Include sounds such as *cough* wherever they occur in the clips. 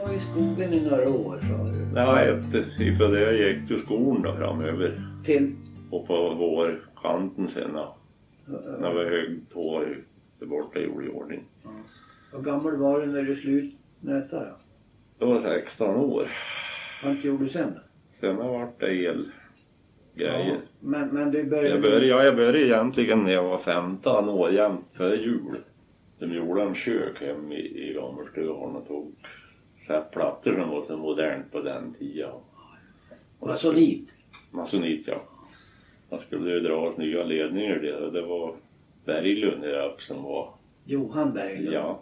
skogen i några år sa du. Nej, efter det jag gick till skolan då framöver. Till, eh, Och på vårkanten sen då, när vi högg tå där borta gjorde i ordning. hur gammal var du när du slut nästa då? Det var 16 år. Vad gjorde du sen då? Sen har vart det elgrejer. Men, men du började... Jag började, ja, jag började egentligen när jag var 15 år jämt före jul. De gjorde en kök hem i, i Gammelstugan och tog sättplattor som var så modernt på den tiden. Och Alltså dit? Masonit ja. Man skulle ju dra oss nya ledningar där och det var Berglund där uppe som var, Johan Berglund? ja.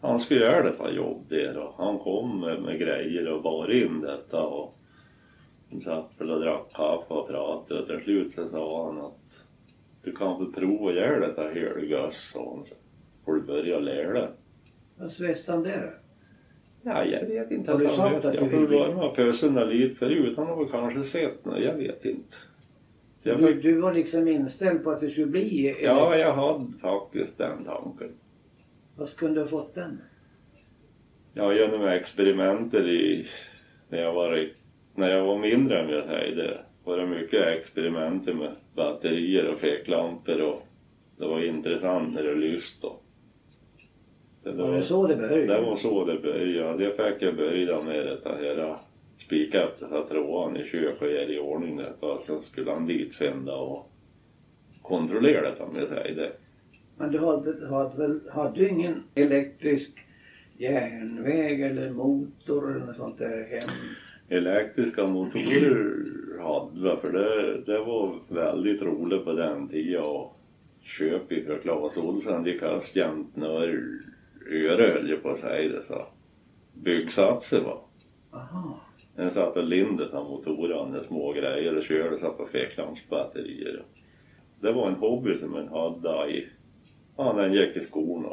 Han skulle göra detta jobb där och han kom med, med grejer och bar in detta och de satt väl och drack kaffe och pratade och till slut så sa han att du kan få prova att göra detta helgöss sa han. Så Får du börja lära dig? Vad sväste han där? Nej, jag vet inte. Har du Alltså, han sagt vet- att jag du har vill- varit med pösen där lite förut. Han har väl kanske sett något, jag vet inte. Jag fick Du, du var liksom inställd på att du skulle bli... eller- Ja, jag hade faktiskt den tanken. Vad kunde du ha fått den? Ja, genom experimenter i... När jag var, i- när jag var mindre än jag säger det var det mycket experimenter med batterier och fäcklampor och det var intressant när det lyste. då. Så Var det så det började? Det var så det började. Det fick jag börja med detta här. Spika upp den här tråden i köket och göra i ordning detta. Och sen skulle han dit sen då och kontrollera detta om jag säger det. Men du hade, hade, väl- hade du ingen elektrisk järnväg eller motor eller något sånt där hem? Elektriska motorer hade vi för det, det var väldigt roligt på den tiden och köp ifrån Clas Ohlson det kastade jämt några öre höll jag på att säga det så. Byggsatser va. Aha. Den satt på lindet av motorerna, små grejer och körde satt på fäcklampsbatterier. Det var en hobby som man hade i, ja när man gick i skorna.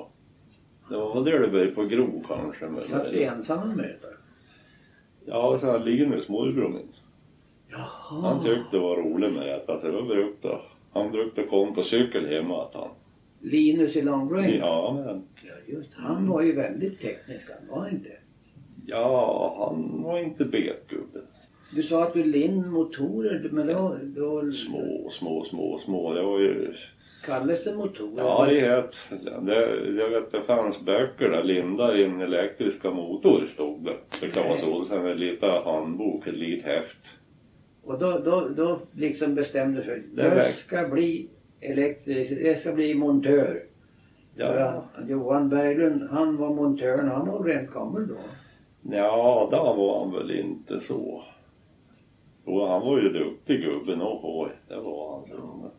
Det var väl där det började på gro kanske. Men, Satt du ensam med det? ja, och sen Linus, morbror min. Jaha. Han tyckte det var roligt med det. Alltså, det var brukt då. Han brukade komma på cykel hemma. Att han, Linus i Långbroäng? ja, men, Ja, just Han var ju väldigt teknisk, han var inte. ja, han var inte betgubbe. Du sa att du linn motorer, men då, då Små, små, små, små. Det var ju... kallades det motorer? Ja, det het. Det, jag vet, det fanns böcker där. Linda din elektriska motor stod det. För Clas Nej. Ohlson. En liten handbok, ett litet häft. Och då, då, då liksom bestämde du sig. Det är Jag väg. ska bli elektriker, jag ska bli montör. Ja, För Johan Berglund, han var montören, han var rent gammal då. ja då var han väl inte så. Jo, han var ju duktig gubben. Ohoj, det var han. som-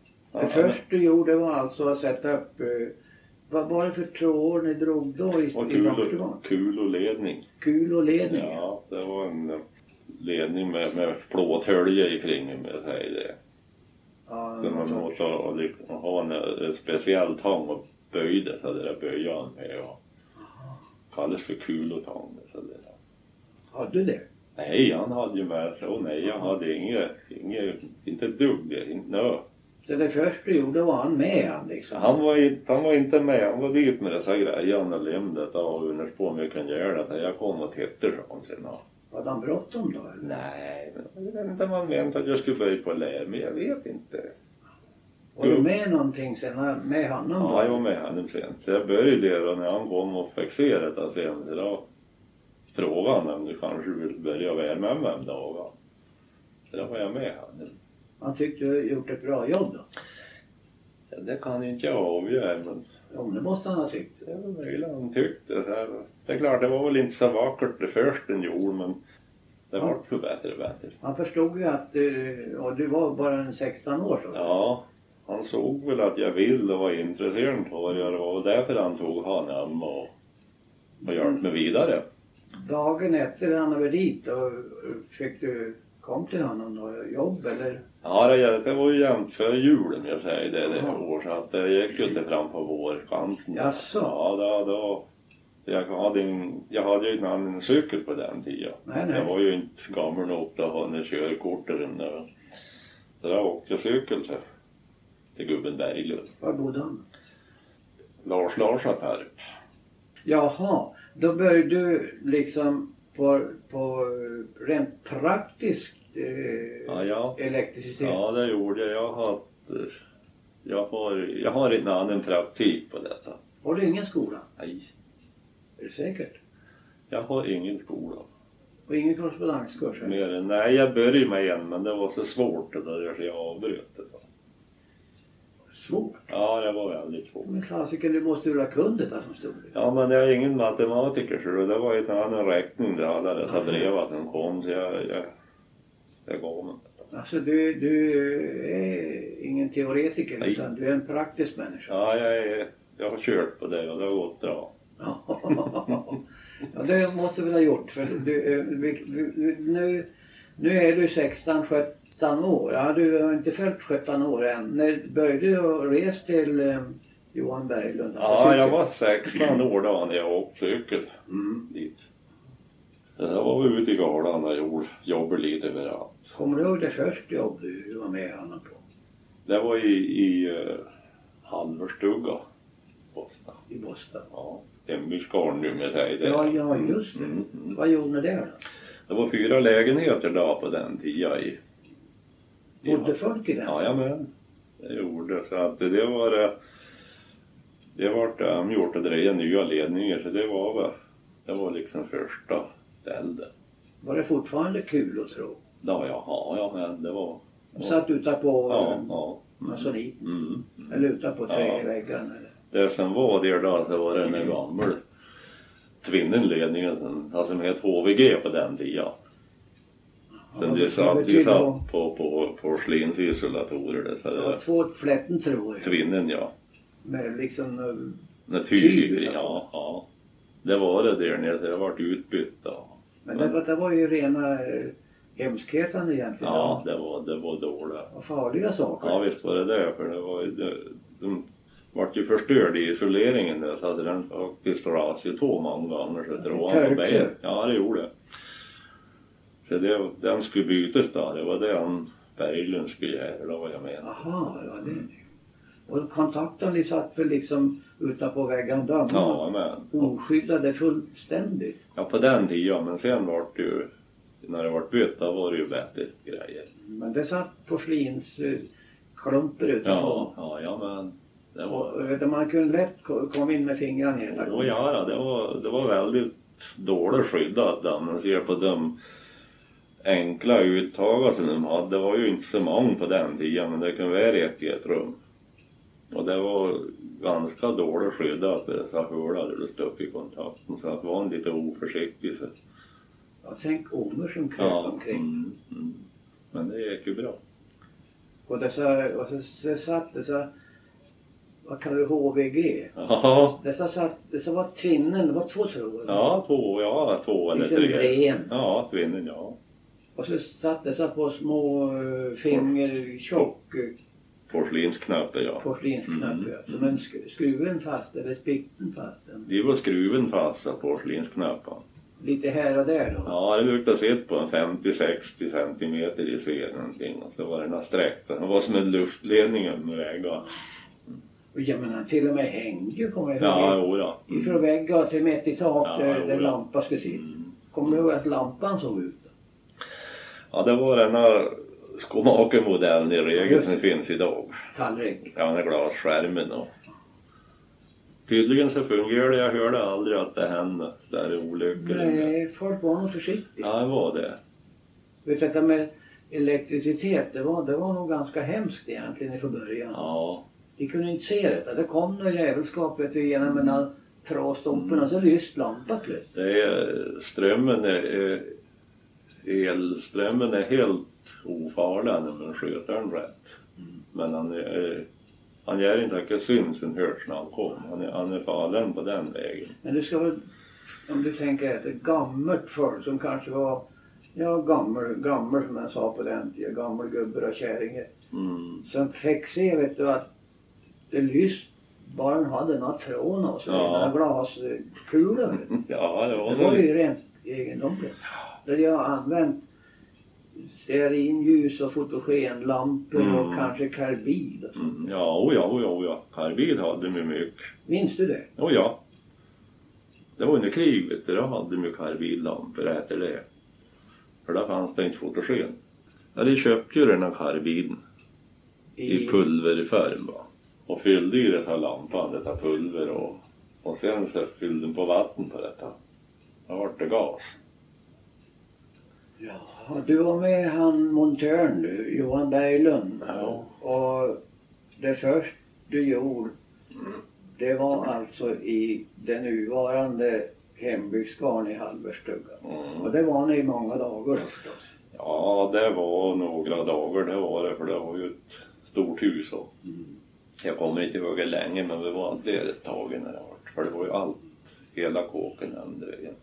Det först du gjorde var alltså att sätta upp... eh, Vad var det för trådar ni drog då i, Och i kul Långstugan? och, kul och ledning. Kul och ledning? Ja, det var en eh, ledning med, med plåthölje i kring om jag säger det. Ja, Så man måste ha, och liksom ha en, en speciell tång och böjde så det där böjde han med. Och kallas för kulotång. Så det där. Hade du det? Nej, han hade ju med sig, och nej jag hade inget, inget inte ett dugg. Inte, nö. Så det först du gjorde var han med han Så liksom? han, var, inte- han var inte med, han var dit med dessa grejerna och limdet och undrade på om jag kunde göra det. Jag kom och tittade sa han sen. och- Hade han bråttom då? eller? Nej, men jag vet inte om han menade att jag skulle börja på lä, men jag vet inte. Var du med någonting sen med honom då? Ja, jag var med honom sent. Så jag började det och när han kom och fick se detta sen så då frågade han om du kanske vill börja vara med mig en dag. Så då var jag med honom. Han tyckte du gjort ett bra jobb då? Så det kan inte jag avgöra men Jo, det måste han ha tyckt. det var möjligt han tyckte. Så här, det är klart, det var väl inte så vackert det första han gjorde men det Ja. vart ju bättre och bättre. Han förstod ju att... eh, Och du var bara en 16 år så. Ja, han såg väl att jag ville och var intresserad av det och det var väl därför han tog honom och, och hjälpte mig vidare. Dagen efter han var dit, och fick du... Kom till honom då? Jobb eller? Ja, det, det var ju jämt för julen jag säger det, det Jaha. här år så att det gick ju inte fram på vårkanten. Jaså? Ja, då, då. Jag hade, en, jag hade ju inte annan cykel på den tiden. Nej, nej. Jag var ju inte gammal nog att ha en körkort eller något. Så då åkte jag cykel till, till gubben Berglund. Var bodde han? Lars Larsson här. Jaha, då började du liksom på, på eh, rent praktiskt eh, Ja, ja. elektricitet? ja, det gjorde jag. Jag har, ett- jag har, jag har inte annan praktik på detta. Har du ingen skola? Nej, Är du säker? jag har ingen skola. Och ingen korrespondenskurs? eller? Mer än, nej, jag började med en men det var så svårt det där så jag avbröt det. då. Svårt. Ja, det var väldigt svårt. Men klassiker, du måste ju ha kundet där som stod. Ja, men jag är ingen matematiker så det var ju en annan räkning där alla dessa brev som kom så jag, jag, jag gav mig. Alltså du, du är ingen teoretiker Nej. utan du är en praktisk människa. *laughs* Ja, jag, är- jag har kört på det och det har gått bra. ja, det måste du väl ha gjort. För du, eh, vi- vi- vi- nu, nu är du 16, 17 år. Ja, du har inte fyllt 17 år än. När började du resa till eh, Johan Berglund? Alltså, Ja, jag var 16 år då när jag åkte cykel Mm. dit. Jag var ute i galan och gjorde, jobbade lite överallt. Kommer du ihåg det första jobb du var med honom på? Det var i, i uh, Halverstugga, Bostad. I Båstad? Ja, hembyns garn om jag säger det. Ja, ja, just det. Mm, mm. Vad gjorde ni där då? Det var fyra lägenheter då på den tiden i... i Bodde folk i den? Jajamän, det gjorde så att det var det. Det vart um, gjort att dreja nya ledningar så det var väl, det var liksom första stället. Var det fortfarande kul att tro? Ja, ja, ja, ja, men det var... De satt utanpå Ja, ja. ja. masoniten Mm. eller utanpå Ja. träväggarna? eller? Det som var det då, så var det en gammal tvinnenledningen som, alltså, som hette HVG på den tiden. Sen Ja, de det satt, de betyder satt vad? på, på porslinsisolatorer där, så Det det var var två flätten tror jag. tvinnen ja. Med liksom eh, När Tyg, tyg, ja. ja, ja. Det var det där nere, så jag vart utbytt då. Men det, var- det var ju rena eh, hemskheten egentligen. Ja, det var, det var dåligt. Och farliga saker. Ja, visst var det det, för det var ju, det, de vart ju förstörda i isoleringen där, så hade den faktiskt rasat ju två många gånger, så det var på Törkte. ben. Ja, det gjorde det. Så det, den skulle bytas då, det var det han Berglund skulle göra, det var jag menade. Aha, ja det är det. Och kontakten ni satt väl liksom utanpå väggarna dammarna? Ja, men. Oskyddade fullständigt. Ja, på den tiden, men sen vart det ju, när det vart bytt, då var det ju bättre grejer. Men det satt porslinsklumper utanpå. Ja, ja, ja men det var... Och, eh, där man kunde lätt ko- komma in med fingrarna hela Och ja, då, det var, det var väldigt dåligt skyddat där. Man ser på de enkla uttagen som de hade. Det var ju inte så många på den tiden men det kunde vara ett i ett rum. Och det var ganska dåligt skyddat vid dessa hål där du stod upp i kontakten. Så att var man lite oförsiktig så... Ja, tänk ormar som kröp Ja, omkring. mm, mm. Men det gick ju bra. Och, dessa, och så, så satt dessa, vad kallar du HVG? Ja, Dessa, satt, dessa var tvinnen, det var två tror jag. ja två, ja två eller liksom tre. ren. Ja, kvinnen ja. Och så satt dessa på små uh, finger, tjock eh, Porslinsknappar ja. porslinsknapp. Mm. ja. Som en sk- skruven fast eller spikten fast. den. Det var skruven fasta porslinsknappan. Lite här och där då. Ja, det brukade sitta på en 50-60 centimeter i ser någonting och så var den här sträckt. Den var som en luftledning över väggen. Och jag menar till och med hängde ju kommer jag ihåg. Ja, jodå. Ifrån vägg och till mitt i tak Ja, där, jo, där ja. lampan skulle sitta. Mm. Kommer du ihåg att lampan såg ut? Ja, det var den här skomakermodellen i regel som finns idag. Tallrik. Ja, den här glasskärmen och... Tydligen så fungerar det. Jag hörde aldrig att det hände större olyckor. Nej, folk var nog försiktiga. Ja, det var det. Vet du, Detta med elektricitet, det var, det var nog ganska hemskt egentligen från början. Ja, Vi kunde inte se det. Det kom något jävelskap vet du, genom den här trasdumpen och så lyste lampan plötsligt. det är, strömmen är, är... eh, Elströmmen är helt ofarlig när man sköter den rätt. Mm. Men han, är, han gör inte mycket syns och hörs när han kom. Han är, han är farlig på den vägen. Men du ska väl, om du tänker efter, gammalt folk som kanske var, ja gammal, gammal som jag sa på den tiden, gammal gubbar och kärringar. Mm. Som fick se vet du att det lyste bara den hade den här tråden och så, Ja. den här glaskulan. vet du. Ja, det var, Det var det. ju rent egendomligt. Där jag har använt stearinljus och fotogenlampor och Mm. kanske karbid. och så. Mm. Ja, oja, oja, oja. Karbid hade vi mycket. Minns du det? Oja. Det var under kriget, då hade de ju karbidlampor, hette det. För där fanns det inte fotogen. Ja, de köpte ju den här karbiden i pulverform va. Och fyllde i den här lampan, detta pulver och, och sen så fyllde de på vatten på detta. Då vart det gas. Ja, du var med han montören du, Johan Berglund. Ja. Och det först du gjorde, det var alltså i det nuvarande hembygdsgarn i Halberstuga. Mm. Och det var ni i många dagar då förstås. Ja, det var några dagar det var det, för det var ju ett stort hus och jag kommer inte ihåg hur länge men vi var alltid där ett tag när det var. För det var ju allt, hela kåken hände igen.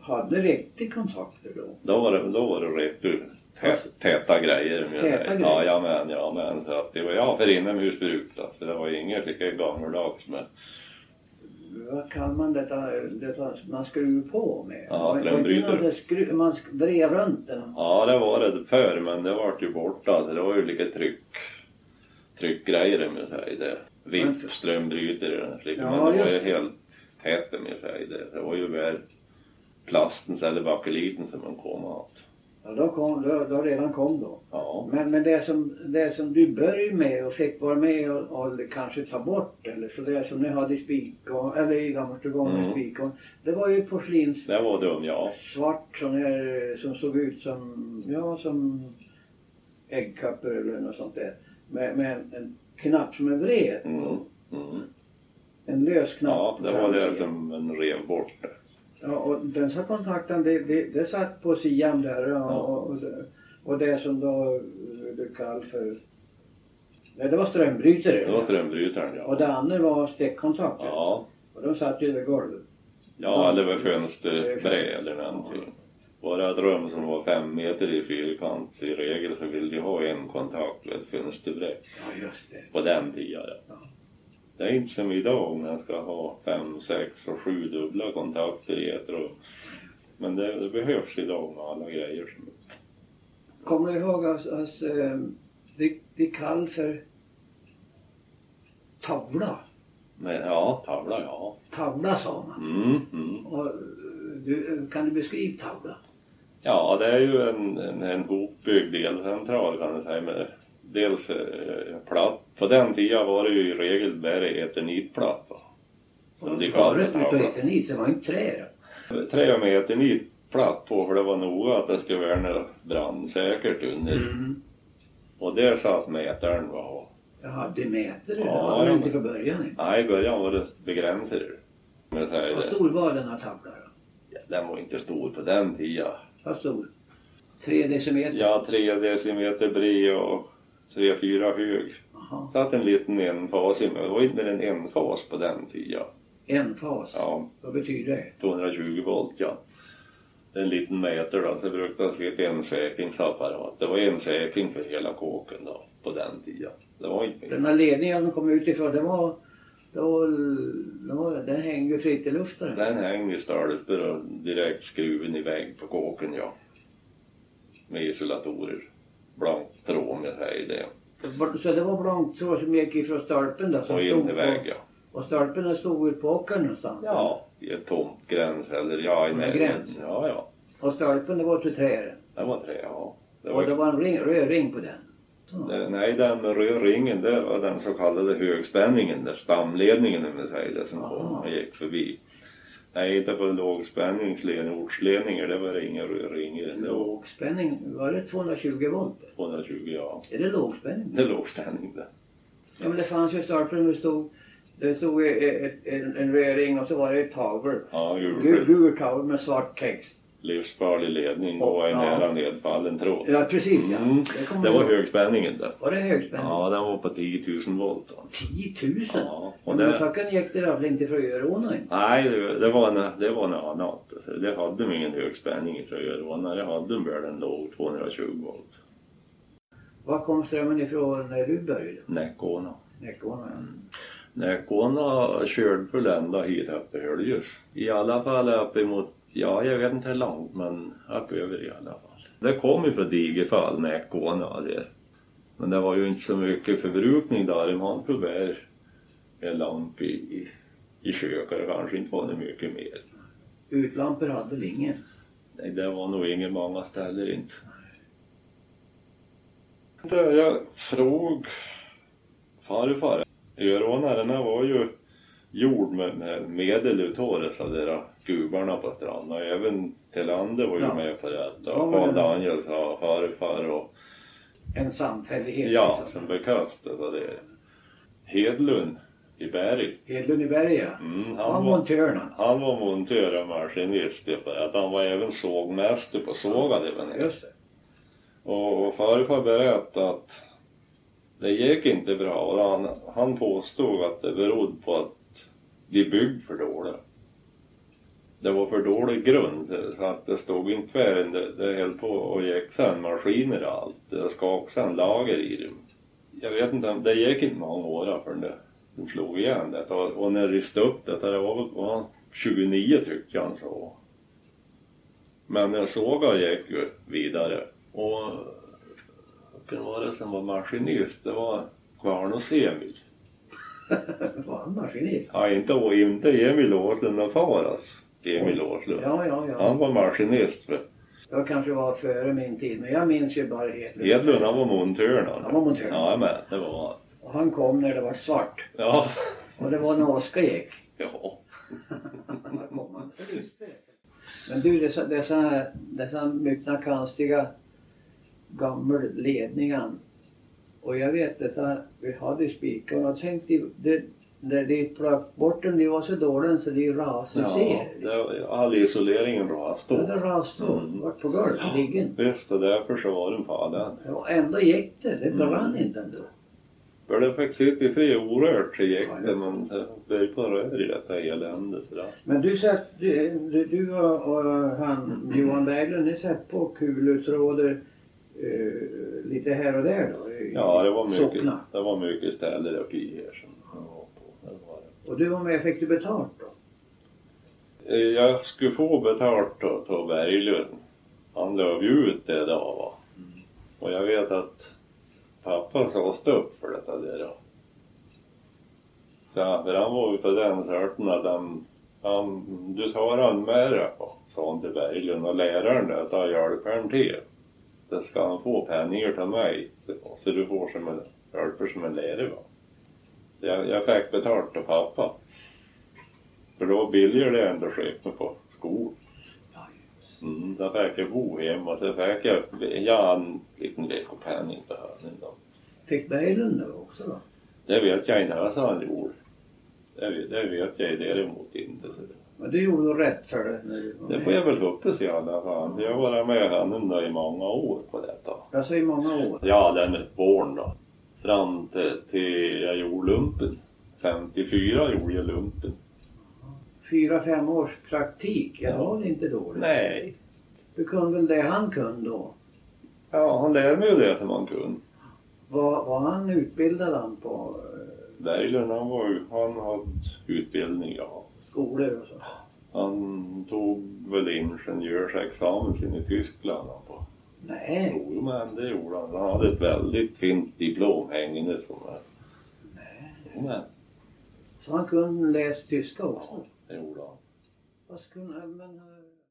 Hade riktigt kontakter då. Då var det, då var det rätt du, tä, täta grejer. Med Täta det. grejer? Ja, men, ja, men. Så att det var jag för inomhusbruk då, så det var inget lika gammaldags men Vad kan man detta, detta man skruvar på med? Ja, Var- var inte strömbrytare. något Skru, man sk- drev runt den. Ja, det var det förr, men det vart ju borta. Så det var ju lite tryck, tryckgrejer om jag säger det. Vift, strömbrytare och den slicken. Ja, Men det var ju just det. helt tätt om jag säger det. Det var ju väl plastens eller bakeliten som man kom åt. Ja, då, kom, då, då redan kom då. Ja. Men, men det, som, det som du började med och fick vara med och, och kanske ta bort eller så det som ni hade i spikgång, eller i Gammelstugång Mm. med spikgång. Det var ju porslins Det var dum ja. svart sån här som såg ut som, ja som äggkapper eller något sånt där. Med, med en, en knapp som är vred. Mm. Mm. En lös knapp. Ja, på det var det framsidan. som en rev bort. det. Ja, och den här kontakten, det, det, det satt på sidan där och, Ja. och, och, det, och det som då eh, du kallar för... Nej, det var strömbrytare. Det var strömbrytaren Och ja. det andra var steckkontakter. Ja, Och de satt ju över golvet. ja eller var fönsterbrä eller någonting. Var det ett rum som var fem meter i fyrkant så i regel så ville de ha en kontakt med ett fönsterbrä. Ja, just det. på den tiden. Ja. Ja. Det är inte som idag när jag ska ha fem, sex och sju dubbla kontakter i ett rum. Men det, det behövs idag med alla grejer. som- Kommer du ihåg att att, eh, vi, vi kallade för tavla? Men ja, tavla ja. Tavla sa man. Mm, mm. Och, eh, du, kan du beskriva tavla? Ja, det är ju en, en, en hopbyggd delcentral kan man säga. Med dels eh, platt. På den tiden var det ju i regel bara eternitplatt. va. Som de kallade Förut utav tavla. eternit, det var inte trä då. Tre meter nit platt på för det var noga att det skulle värna brandsäkert under. Mm. Och där satt mätaren var. Jag hade meter, det Ja, hade ja, jag inte men- från början. inte. Nej, i början var det begränsade. Men jag säger Hur det, stor var den här tavlan då? den var inte stor på den tiden. Hur stor? Tre decimeter? Ja, tre decimeter bred och tre, fyra hög. Jaha. Satt en liten enfas i mig. Det var inte mer än en fas på den tiden. En fas? Ja, Vad betyder det? 220 volt ja. En liten meter då, så brukade jag se ett ensäkringsapparat. Det var ensäkring för hela kåken då, på den tiden. Det var inte mer. Den här ledningen som kom utifrån, det var, det var, det var den hängde ju fritt i luften. Den hängde i stolpar och direkt skruven i vägg på kåken ja. Med isolatorer. Blank tråd om jag säger det. Så- Så det var blanktråd som gick ifrån stolpen där som Och in i vägg på, ja. och stolpen där stod ut på åkern någonstans. Ja, i ett tomt gräns eller ja, i En närheten. gräns. Ja, ja. Och stolpen det var till träden. Det var tre ja. Det Och var, det var en ring, röd ring på den. det, Eh, nej, den med rörringen det var den så kallade högspänningen, där stamledningen om jag säger det, som kom Aha. och gick förbi. Nej, inte på lågspänningsledningar, ortsledningar, det var det inga rörringar. Det var Lågspänning, var det 220 volt? 220 ja. Är det lågspänning? Det är lågspänning det. Ja men det fanns ju stolpen där det stod, det stod e- e- en, en röd ring och så var det ett tavlor. Ja, Gul, gul, gul tavla med svart text. livsfarlig ledning och en Ja. nära nedfallen tråd. Ja precis ja. Mm. Det, kommer Det var jag ihåg. högspänningen det. Var det högspänning? Ja, den var på 10 000 volt. Då. 10 000? Ja, och Men det... det, saken gick det där väl inte från Örån? nej, det, det var en- det var något annat. Alltså, det hade de ingen högspänning i Fröjeråna. Det hade de väl en låg 220 volt. Var kom strömmen ifrån när du började? Näckåna. Näckån, ja. Mm. Näckåna körde väl ända hit upp till Höljes. I alla fall upp emot, ja jag vet inte hur långt men upp över i alla fall. Det kom ju från Digefall, Näckåna där. Men det var ju inte så mycket förbrukning där. De hade ju bara en lamp i, i, i köket det kanske inte var det mycket mer. Utlampor hade väl ingen? Nej, det var nog ingen många ställen inte. Det jag fråg farfar. Örånarna var ju gjord med, med medel utav dessa där gubarna på stranden och även Thelander var ju Ja. med på det. Ja, Och men- Carl Daniels och farfar och En samfällighet? ja, liksom. som bekostade av det. Hedlund i Berg. Hedlund i Berga? Mm, Ja, han var montörerna. Han var montör och maskinist. det var Att han var även sågmästare på sågar det var nere. Just det. Och, och farfar berättade att det gick inte bra. Och han, han påstod att det berodde på att de byggde för dåligt. Det var för dålig grund så- så att det stod inte kvar. Det, det höll på och gick sen maskiner och allt. Det skakade sen lager i dem. Jag vet inte, det gick inte många år förrän det, de slog igen det. Och, och när de ristade upp det, det var väl var 29 tyckte jag han sa. Men jag såg att jag gick ju vidare. Och vilken var det som var maskinist? Det var Kvarn och Emil. Var han maskinist? Ja, inte, och inte Emil Åslund och Faras. Emil Åslund. Ja, ja, ja. Han var maskinist. för Jag kanske var före min tid, men jag minns ju bara Hedlund. Edlund han var montören. Han var montör. Ja, men det var han. Och han kom när det var svart. Ja. *laughs* Och det var när Oskar gick. ja. Här kom han. Men du, dessa, dessa, dessa mycket konstiga gamla ledningar. Och jag vet dessa, vi hade spikar och jag tänkte, det, när de plockade bort dem, de var så dåliga så de rasade ja. sig. det- All isoleringen Ja, det rastade. rasade och Mm. vart på golvet, på liggen. Visst, och därför så var den farlig. Och ändå gick det, det Mm. brann inte ändå. För det fick sitta i fri orört så gick Ja, ja. det, men det blev på rör i detta elände. Så där. Men du satt, du, du, du och, och han Johan Berglund, ni satt på kulutråder eh, lite här och där då? i Ja, det var mycket, socknar. det var mycket ställen uppe i här som jag var på. Det var Och du var med, fick du betalt då? det. Eh, Jag skulle få betalt av- av Berglund. Han löv ju ut det då va. Och jag vet att pappa sa upp för detta där då. Så, han- för han var utav den sorten att han, han du tar han med dig va, sa han till Berglund och läraren där att jag hjälper han till. Det ska han få pengar till mig. Så, så du får som en, hjälper som en lärare va. Så jag, jag fick betalt av pappa. För då var billigare det ändå skepna på skor. Ja, Mm, så fick jag bo Alltså, hemma, så fick jag, jag hade en liten veckopenning på hörnen då. Fick Berglund då också då? Det vet jag inte, jag sa han gjorde. Det, vet- det vet jag däremot inte. Så det- Men du gjorde nog rätt för det när du var det med. får jag väl hoppas i alla fall. Jag har varit med honom då i många år på detta. Alltså i många år. Ja, den är barn då. Fram till, till jag gjorde lumpen. 54 gjorde jag lumpen. Fyra, fem års praktik, ja, det var väl inte dåligt? Nej. Du kunde väl det han kunde då? Ja, han lärde mig ju det som han kunde. Vad var han utbildad han på eh, Berglund han var ju, han hade utbildning ja. skolor och så? Han tog väl ingenjörsexamen sin i Tyskland. Han på. Nej, Jo, men det gjorde han. Han hade ett väldigt fint diplom hängande som är. Jo, men så han kunde läsa tyska också? det gjorde han. Vad skulle, men, eh,